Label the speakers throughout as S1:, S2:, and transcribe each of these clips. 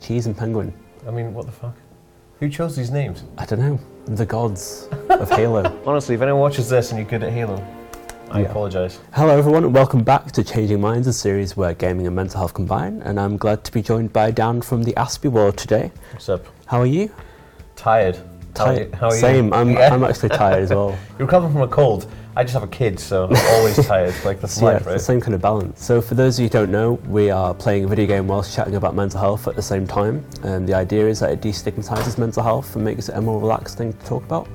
S1: Cheese and penguin.
S2: I mean, what the fuck? Who chose these names?
S1: I don't know. The gods of Halo.
S2: Honestly, if anyone watches this and you're good at Halo, I
S1: Yeah.
S2: apologise.
S1: Hello, everyone, and welcome back to Changing Minds, a series where gaming and mental health combine. And I'm glad to be joined by Dan from the Aspie World today.
S2: What's up?
S1: How are you?
S2: Tired. How are you- How are you?
S1: Same. I'm,
S2: Yeah.
S1: I'm actually tired as well.
S2: You're recovering from a cold. I just have a kid, so I'm always tired. Like that's
S1: So yeah,
S2: life,
S1: it's the
S2: right?
S1: same kind of balance. So for those of you who don't know, we are playing a video game whilst chatting about mental health at the same time. And the idea is that it destigmatizes mental health and makes it a more relaxed thing to talk about.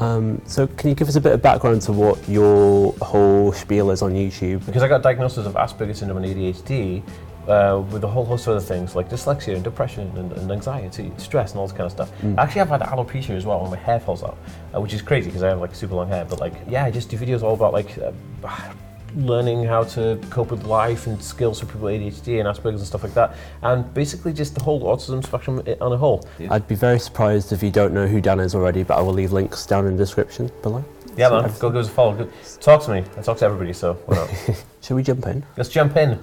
S1: Um, so can you give us a bit of background to what your whole spiel is on YouTube?
S2: Because I got diagnosis of Asperger's syndrome and ADHD, uh, with a whole host of other things like dyslexia and depression and, and anxiety, stress and all this kind of stuff. Actually, I've had alopecia as well, and my hair falls out, uh, which is crazy because I have like super long hair. But like, yeah, I just do videos all about like. Uh, learning how to cope with life and skills for people with ADHD and Asperger's and stuff like that and basically just the whole autism spectrum i- on a whole
S1: I'd be very surprised if you don't know who Dan is already, but I will leave links down in the description below.
S2: yeah
S1: So uh,
S2: man go give us a follow Go- talk to me I talk to everybody so why not
S1: Should we jump in?
S2: Let's jump in.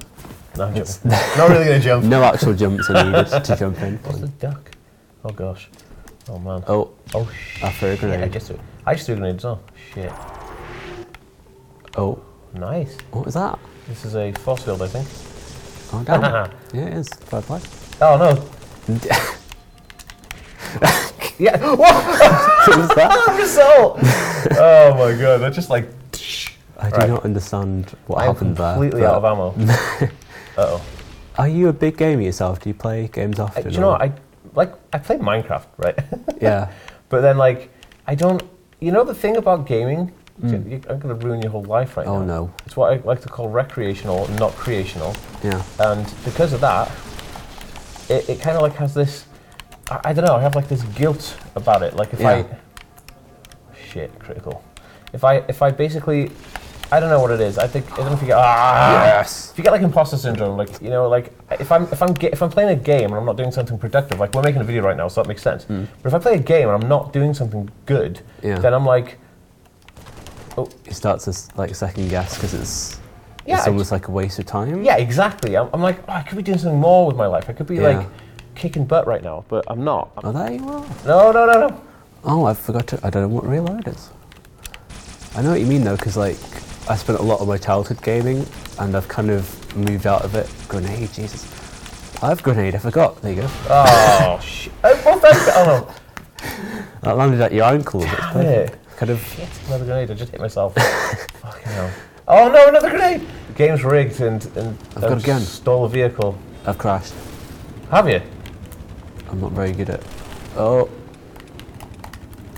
S2: No, I'm joking. Not really gonna jump.
S1: No actual jumps are needed to jump in.
S2: What's the duck? Oh gosh. Oh man.
S1: Oh,
S2: Oh shit.
S1: I threw a
S2: I
S1: grenade.
S2: just threw, I just threw grenades on. Shit.
S1: Oh,
S2: Nice.
S1: what was that?
S2: This is a force field, I think.
S1: Oh, Dan. yeah, it is. Fair play.
S2: Oh no. yeah. What?
S1: What was that?
S2: Result. oh my god. That's just like.
S1: I do
S2: Right.
S1: not understand what
S2: I'm
S1: happened there.
S2: completely
S1: but-
S2: out of ammo. Uh oh.
S1: Are you a big gamer yourself? Do you play games
S2: Uh,
S1: often?
S2: Do you know
S1: or-
S2: what? I like I play Minecraft, right?
S1: Yeah.
S2: But then, like, I don't. You know the thing about gaming? You- I'm going to ruin your whole life right now.
S1: Hmm. Oh, no.
S2: It's what I like to call recreational, not creational.
S1: Yeah.
S2: And because of that, it, it kind of like has this. I, I don't know. I have like this guilt about it. Like if
S1: Yeah.
S2: I. Shit, critical. If I if I basically, I don't know what it is. I think I don't know if you get ah.
S1: Yes.
S2: If you get like imposter syndrome, like you know, like if I'm if I'm ga- if I'm playing a game and I'm not doing something productive, like we're making a video right now, so that makes sense. But if I play a game and I'm not doing something good,
S1: Hmm. Yeah.
S2: then I'm like,
S1: It starts as like second guess because it's
S2: Yeah,
S1: it's
S2: I
S1: almost like a waste of time.
S2: yeah, exactly. I'm, I'm like, oh, I could be doing something more with my life. I could be
S1: Yeah.
S2: like kicking butt right now, but I'm not.
S1: Oh, there you are.
S2: No, no, no, no.
S1: Oh, I forgot to. I don't know what reload is. I know what you mean though, because like I spent a lot of my childhood gaming, and I've kind of moved out of it. Grenade, Jesus. I have grenade. I forgot. There you go.
S2: Oh shit! Oh, that's- oh no!
S1: That landed at your ankle. It's
S2: Damn it.
S1: perfect. Kind of.
S2: Shit! Another grenade. I just hit myself. Fucking hell! Oh no! Another grenade. Game's rigged, and and
S1: I've got a gun.
S2: Stole a vehicle.
S1: I've crashed.
S2: Have you?
S1: I'm not very good at. Oh.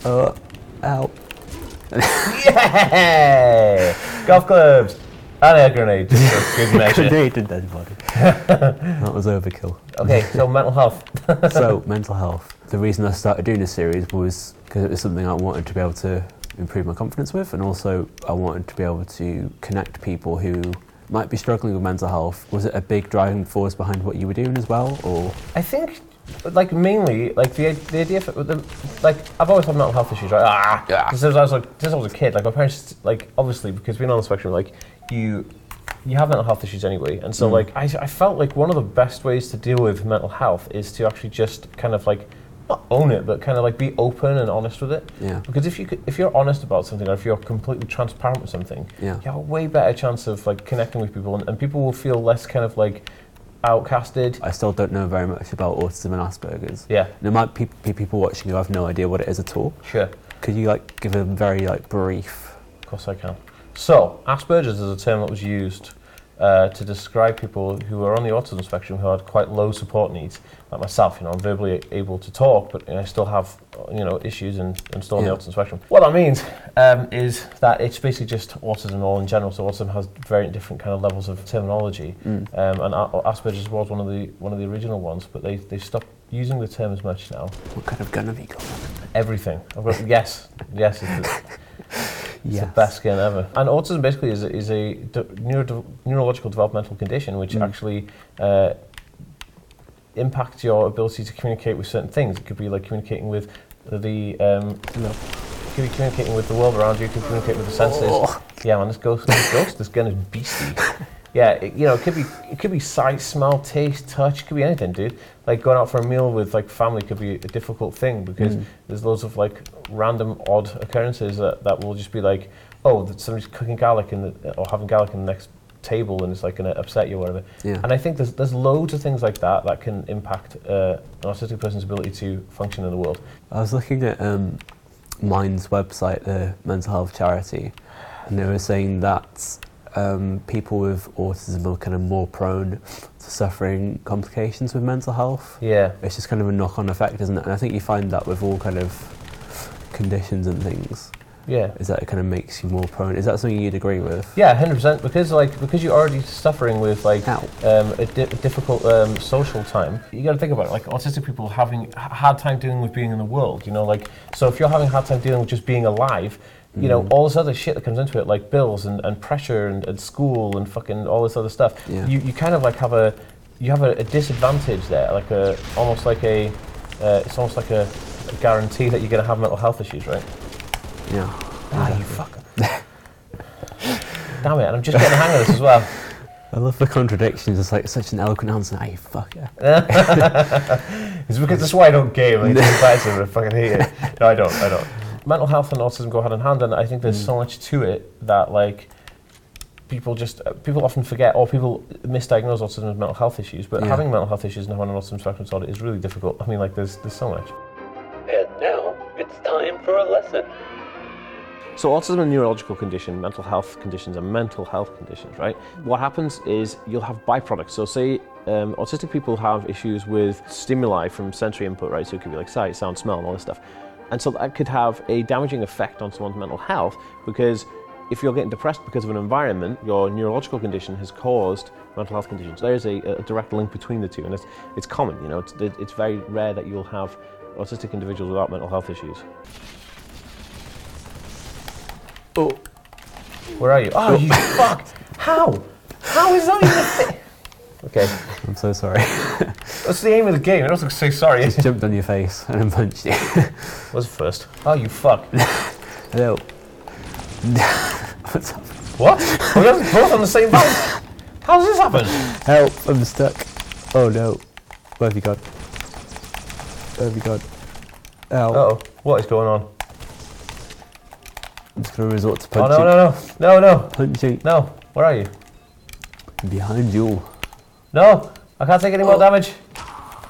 S1: Oh. Ow.
S2: Yeah! Golf clubs and air grenades. Just for Good measure.
S1: Grenade and dead body. that was overkill.
S2: Okay, so mental health.
S1: so mental health. The reason I started doing this series was because it was something I wanted to be able to improve my confidence with, and also I wanted to be able to connect people who might be struggling with mental health. Was it a big driving force behind what you were doing as well, or
S2: I think, like mainly, like the the idea for the like I've always had mental health issues, right? Ah,
S1: Yeah.
S2: Since I was like since I was a kid, like my parents, like obviously because being on the spectrum, like you. You have mental health issues anyway, and
S1: Mm.
S2: so like I, I felt like one of the best ways to deal with mental health is to actually just kind of like not own it, but kind of like be open and honest with it.
S1: Yeah.
S2: Because if you could, if you're honest about something, or if you're completely transparent with something,
S1: Yeah.
S2: you have a way better chance of like connecting with people, and, and people will feel less kind of like outcasted.
S1: I still don't know very much about autism and Asperger's.
S2: Yeah.
S1: There might pe- be people watching who have no idea what it is at all.
S2: Sure.
S1: Could you like give a very like brief?
S2: Of course I can. So, Asperger's is a term that was used uh, to describe people who are on the autism spectrum who had quite low support needs, like myself. You know, I'm verbally able to talk, but you know, I still have uh, you know issues and, and still on
S1: Yeah.
S2: the autism spectrum. What that means um, is that it's basically just autism all in general. So autism has very different kind of levels of terminology,
S1: "Hmm,
S2: um, and A- Asperger's was one of the one of the original ones, but they they stopped using the term as much now.
S1: What kind of gun have you got?
S2: Everything. I've got, yes, yes. Is the, It's
S1: Yes.
S2: the best skin ever. And autism basically is, is a de- neuro- neurological developmental condition which actually uh, impacts your ability to communicate with certain things. It could be like communicating with the. Um,
S1: Hello.
S2: it could be communicating with the world around you. It could communicate with the senses.
S1: Oh.
S2: Yeah, man, this ghost, this ghost, this gun is beastie. yeah, it, you know, it could be it could be sight, smell, taste, touch, it could be anything, dude. Like going out for a meal with like family could be a difficult thing because
S1: Mm.
S2: there's loads of like random odd occurrences that, that will just be like, oh, that somebody's cooking garlic in the, or having garlic in the next table and it's like going to upset you or whatever.
S1: Yeah.
S2: And I think there's there's loads of things like that that can impact uh, an autistic person's ability to function in the world.
S1: I was looking at um, Mind's website, the mental health charity, and they were saying that um, people with autism are kind of more prone to suffering complications with mental health.
S2: Yeah.
S1: It's just kind of a knock-on effect, isn't it? And I think you find that with all kind of conditions and things,
S2: Yeah.
S1: is that it kind of makes you more prone. Is that something you'd agree with?
S2: Yeah, hundred percent. Because like because you're already suffering with like
S1: Ow.
S2: um, a, di- a difficult um, social time. You got to think about it. Like autistic people having h- hard time dealing with being in the world. You know, like so if you're having a hard time dealing with just being alive. You know, all this other shit that comes into it, like bills and, and pressure and, and school and fucking all this other stuff.
S1: Yeah.
S2: You, you kind of like have a, you have a, a disadvantage there, like a, almost like a, uh, it's almost like a, a guarantee that you're going to have mental health issues, right?
S1: Yeah.
S2: Ah, you fucker. Damn it, and I'm just getting the hang of this as well.
S1: I love the contradictions. It's like such an eloquent answer. Hey, fuck yeah.
S2: It's because that's why I don't game. Like, it's embarrassing, I fucking hate it. No, I don't. I don't. Mental health and autism go hand in hand, and I think there's so much to it that like people just uh, people often forget, or people misdiagnose autism as mental health issues. But
S1: Yeah.
S2: having mental health issues and having an autism spectrum disorder is really difficult. I mean, like there's there's so much.
S3: And now it's time for a lesson.
S2: So autism and neurological condition, mental health conditions, and mental health conditions, right? What happens is you'll have byproducts. So say um, autistic people have issues with stimuli from sensory input, right? So it could be like sight, sound, smell, and all this stuff. And so that could have a damaging effect on someone's mental health because if you're getting depressed because of an environment, your neurological condition has caused mental health conditions. There is a, a direct link between the two, and it's, it's common. You know, it's, it's very rare that you'll have autistic individuals without mental health issues.
S1: Oh.
S2: Where are you? Oh, you fucked. How? How is that even a thing? Okay.
S1: I'm so sorry.
S2: That's the aim of the game. I don't say sorry.
S1: Just jumped on your face and then punched you.
S2: What's first? Oh, you fuck.
S1: Hello. What's up?
S2: What? We're both on the same boat. How does this happen?
S1: Help! I'm stuck. Oh no. Where have you gone? Where have you gone? Ow.
S2: Uh oh. What is going on?
S1: I'm just gonna resort to
S2: Oh,
S1: punching.
S2: no, no, no. No, no.
S1: Punching
S2: No. Where are you?
S1: behind you.
S2: No, I can't take any more damage.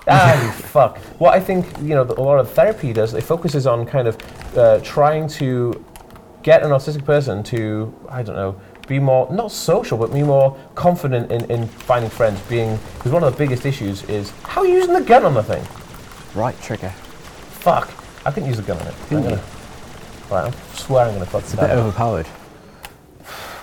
S2: Ah, you fuck. What I think, you know, that a lot of therapy does, it focuses on kind of uh, trying to get an autistic person to, I don't know, be more, not social, but be more confident in, in finding friends, being, because one of the biggest issues is, how are you using the gun on the thing?
S1: Right trigger.
S2: Fuck. I couldn't use the gun on it. I'm
S1: Didn't
S2: gonna, right, I'm swearing I'm gonna fuck
S1: It's a
S2: that
S1: bit
S2: up.
S1: overpowered.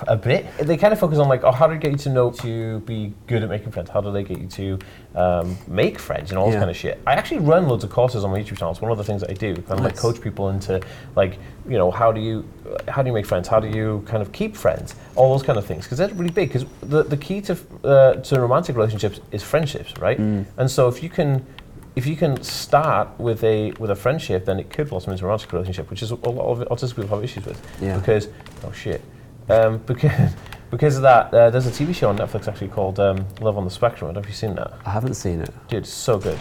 S2: a bit. They kind of focus on like, oh, how do they get you to know to be good at making friends? How do they get you to um, make friends and all this
S1: Yeah.
S2: kind of shit? I actually run loads of courses on my YouTube channel. It's one of the things that I do. Kind of like
S1: Nice.
S2: coach people into like, you know, how do you how do you make friends? How do you kind of keep friends? All those kind of things because they're really big. Because the, the key to uh, to romantic relationships is friendships, right?
S1: Mm.
S2: And so if you can. If you can start with a with a friendship, then it could blossom into a romantic relationship, which is a lot of autistic people have issues with.
S1: Yeah.
S2: Because oh shit, um, because because of that, uh, there's a TV show on Netflix actually called um, Love on the Spectrum. I don't know if you've seen that.
S1: I haven't seen it.
S2: Dude, it's so good.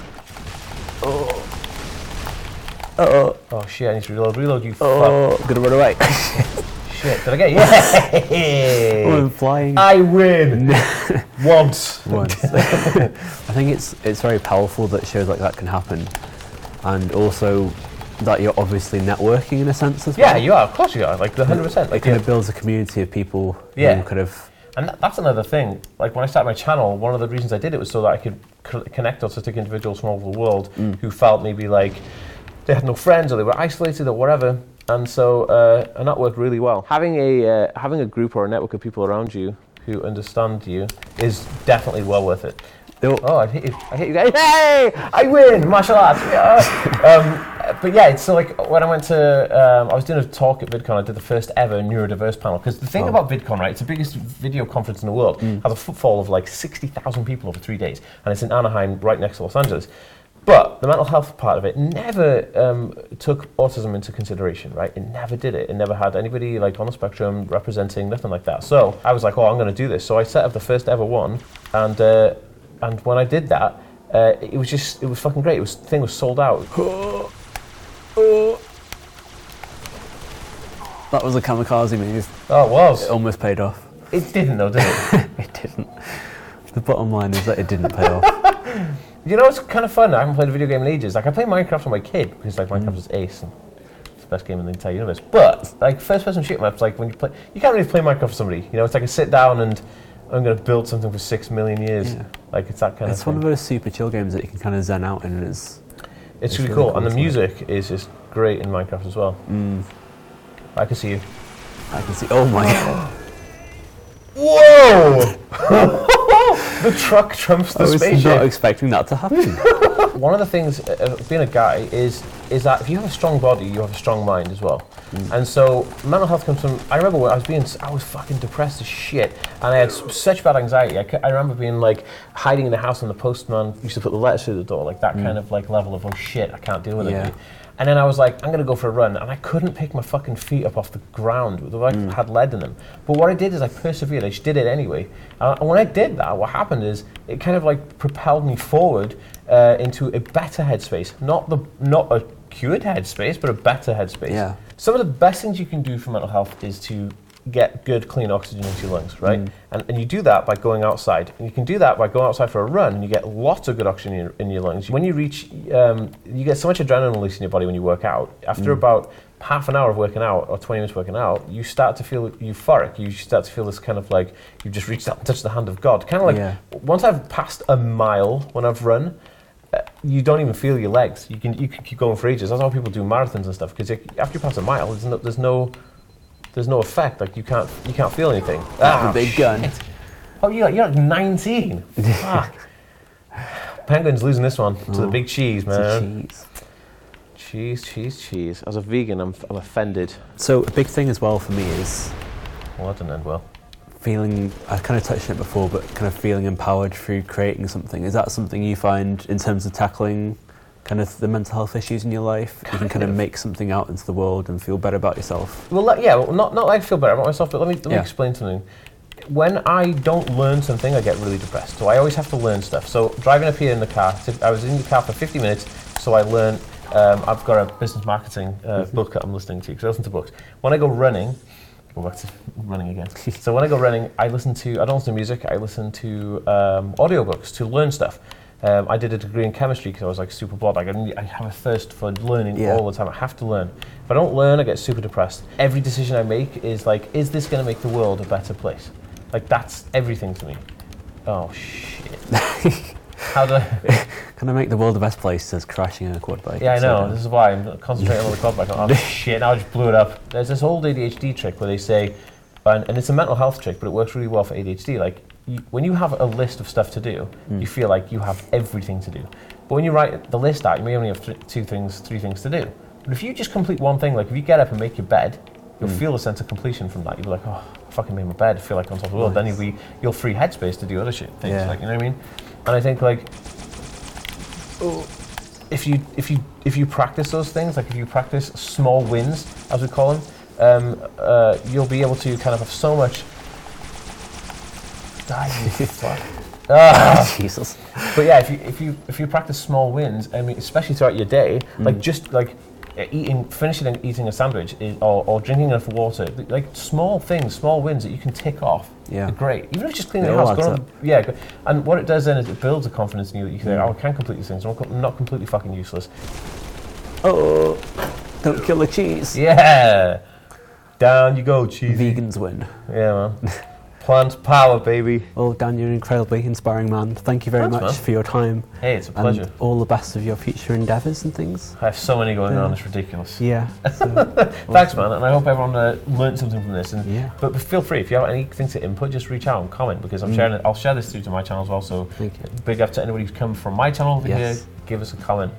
S1: Uh oh.
S2: Oh shit, I need to reload. Reload, you
S1: Oh. Gonna run away.
S2: fuck. Shit, did I get you?
S1: oh,
S2: Yay!
S1: I'm flying.
S2: I win once.
S1: once. I think it's it's very powerful that shows like that can happen, and also that you're obviously networking in a sense as
S2: Yeah,
S1: well.
S2: you are. Of course you are. Like the hundred percent.
S1: It
S2: Like
S1: kind
S2: yeah.
S1: of builds a community of people
S2: Yeah.
S1: who kind of
S2: And that, that's another thing. Like when I started my channel, one of the reasons I did it was so that I could co- connect autistic individuals from all over the world who felt maybe like they had no friends or they were isolated or whatever. And so, uh, and that worked really well. Having a uh, having a group or a network of people around you who understand you is definitely well worth it.
S1: Oh.
S2: Oh, I hit you! I hit you guys! Hey, I win! Martial arts! Yeah. um, but yeah, it's so like when I went to, um, I was doing a talk at VidCon. I did the first ever neurodiverse panel because the thing
S1: Wow.
S2: about VidCon, right? It's the biggest video conference in the world. Has a footfall of like sixty thousand people over three days, and it's in Anaheim, right next to Los Angeles. But the mental health part of it never um, took autism into consideration, right? It never did it. It never had anybody like on the spectrum representing nothing like that. So I was like, oh, I'm going to do this. So I set up the first ever one, and uh, and when I did that, uh, it was just it was fucking great. It was the thing was sold out.
S1: That was a kamikaze move.
S2: Oh, it was.
S1: It almost paid off.
S2: It didn't though, did it?
S1: It didn't. The bottom line is that it didn't pay off.
S2: you know, it's kind of fun. I haven't played a video game in ages. Like I play Minecraft on my kid because like Minecraft
S1: Mm.
S2: is ace. And, it's the Best game in the entire universe, but like first-person shoot maps, like when you play, you can't really play Minecraft for somebody. You know, it's like a sit down and I'm going to build something for six million years.
S1: Yeah.
S2: Like it's that kind
S1: It's
S2: of.
S1: one
S2: thing.
S1: of those super chill games that you can kind of zen out in. And it's
S2: It's,
S1: It's
S2: really
S1: really
S2: cool, and the
S1: cool, isn't Mm.
S2: music is just great in Minecraft as well. I can see you.
S1: I can see. Oh my god!
S2: Whoa! the truck trumps the
S1: I was
S2: spaceship.
S1: not expecting that to happen.
S2: One of the things uh, of being a guy is is that if you have a strong body, you have a strong mind as well. And so mental health comes from. I remember when I was being, s- I was fucking depressed as shit, and I had s- such bad anxiety. I, cou- I remember being like hiding in the house, and the postman used to put the letters through the door, like that kind of like level of oh shit, I can't deal with it.
S1: Yeah.
S2: And then I was like, I'm gonna go for a run, and I couldn't pick my fucking feet up off the ground. They like, had lead in them. But what I did is I persevered. I just did it anyway. Uh, and when I did that, what happened is it kind of like propelled me forward uh, into a better headspace, not the not a cured headspace, but a better headspace.
S1: Yeah.
S2: Some of the best things you can do for mental health is to get good, clean oxygen into your lungs, right? And, and you do that by going outside. And you can do that by going outside for a run, and you get lots of good oxygen in your, in your lungs. When you reach, um, you get so much adrenaline release in your body when you work out. After about half an hour of working out or 20 minutes working out, you start to feel euphoric. You start to feel this kind of like you've just reached out and touched the hand of God. Kind of like
S1: Yeah.
S2: once I've passed a mile when I've run, uh, you don't even feel your legs. You can you can keep going for ages. That's how people do marathons and stuff because after you pass a mile, there's no there's no there's no effect. Like you can't you can't feel anything. Ah,
S1: the big gun.
S2: Oh, you're you're like 19. Fuck. Penguin's losing this one to the big Mm. cheese, man.
S1: Jeez.
S2: Cheese, cheese, cheese. As a vegan, I'm, I'm offended.
S1: So a big thing as well for me is
S2: Well, that didn't end well.
S1: feeling. I kind of touched on it before, but kind of feeling empowered through creating something. Is that something you find in terms of tackling? Kind of the mental health issues in your life, you can kind of make something out into the world and feel better about yourself.
S2: Well, let, yeah, well, not not like I feel better about myself, but let me let me
S1: Yeah.
S2: explain something. When I don't learn something, I get really depressed. So I always have to learn stuff. So driving up here in the car, t- I was in the car for 50 minutes, so I learned. Um, I've got a business marketing uh, book that I'm listening to because I listen to books. When I go running, go back to running again. so when I go running, I listen to I don't listen to music. I listen to um, audiobooks to learn stuff. Um, I did a degree in chemistry because I was like super bored. Like I, need, I have a thirst for learning
S1: Yeah.
S2: all the time. I have to learn. If I don't learn, I get super depressed. Every decision I make is like, is this going to make the world a better place? Like that's everything to me. Oh shit! How do? I,
S1: Can I make the world the best place says crashing in a quad bike?
S2: yeah, I
S1: So
S2: know.
S1: good.
S2: This is why I'm concentrating on the club. Like, oh shit! Now I just blew it up. There's this old ADHD trick where they say, and, and it's a mental health trick, but it works really well for ADHD. Like you, when you have a list of stuff to do, you feel like you have everything to do. But when you write the list out, you may only have th- two things, three things to do. But if you just complete one thing, like if you get up and make your bed, you'll feel a sense of completion from that. You'll be like, oh, I fucking made my bed. I feel like I'm on top of the world. Then you'll be you'll free headspace to do other shit things.
S1: Yeah.
S2: Like you know what I mean? And I think like oh, if you if you if you practice those things, like if you practice small wins, as we call them, um, uh, you'll be able to kind of have so much. Die, you fuck.
S1: Oh, Jesus.
S2: But yeah, if you if you if you practice small wins, I mean, especially throughout your day,
S1: Mm.
S2: like just like uh, eating, finishing and eating a sandwich, is, or, or drinking enough water, th- like small things, small wins that you can tick off.
S1: Yeah.
S2: are great. Even if it's just cleaning
S1: They
S2: the
S1: all
S2: house,
S1: adds
S2: going
S1: up.
S2: yeah. go- And what it does then is it builds a confidence in you that you can
S1: Mm.
S2: say, "Oh, I can complete these things. I'm not co- I'm not completely fucking useless."
S1: Oh, don't kill the cheese.
S2: Yeah. Down you go, cheesy.
S1: Vegans win.
S2: Yeah, man. Plant power, baby.
S1: Well, Dan, you're an incredibly inspiring man. Thank you very
S2: Thanks,
S1: much
S2: man.
S1: for your time.
S2: Hey, it's a
S1: and
S2: pleasure.
S1: all the best of your future endeavours and things.
S2: I have so many going on, it's ridiculous.
S1: Yeah. So,
S2: Thanks, man, and I hope everyone uh, learned something from this. And
S1: Yeah.
S2: but feel free if you have anything to input, just reach out and comment because
S1: Mm.
S2: I'm sharing it. I'll share this through to my channel as well. So
S1: Thank you.
S2: big up to anybody who's come from my channel over
S1: Yes.
S2: here. Give us a comment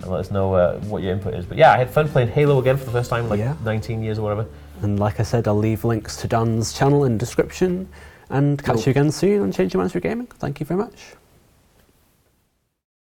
S2: and let us know uh, what your input is. But yeah, I had fun playing Halo again for the first time in like
S1: Yeah.
S2: 19 years or whatever.
S1: and like I said, I'll leave links to Dan's channel in description. And catch
S2: Cool.
S1: you again soon on Change Your Minds Through Gaming. Thank you very much.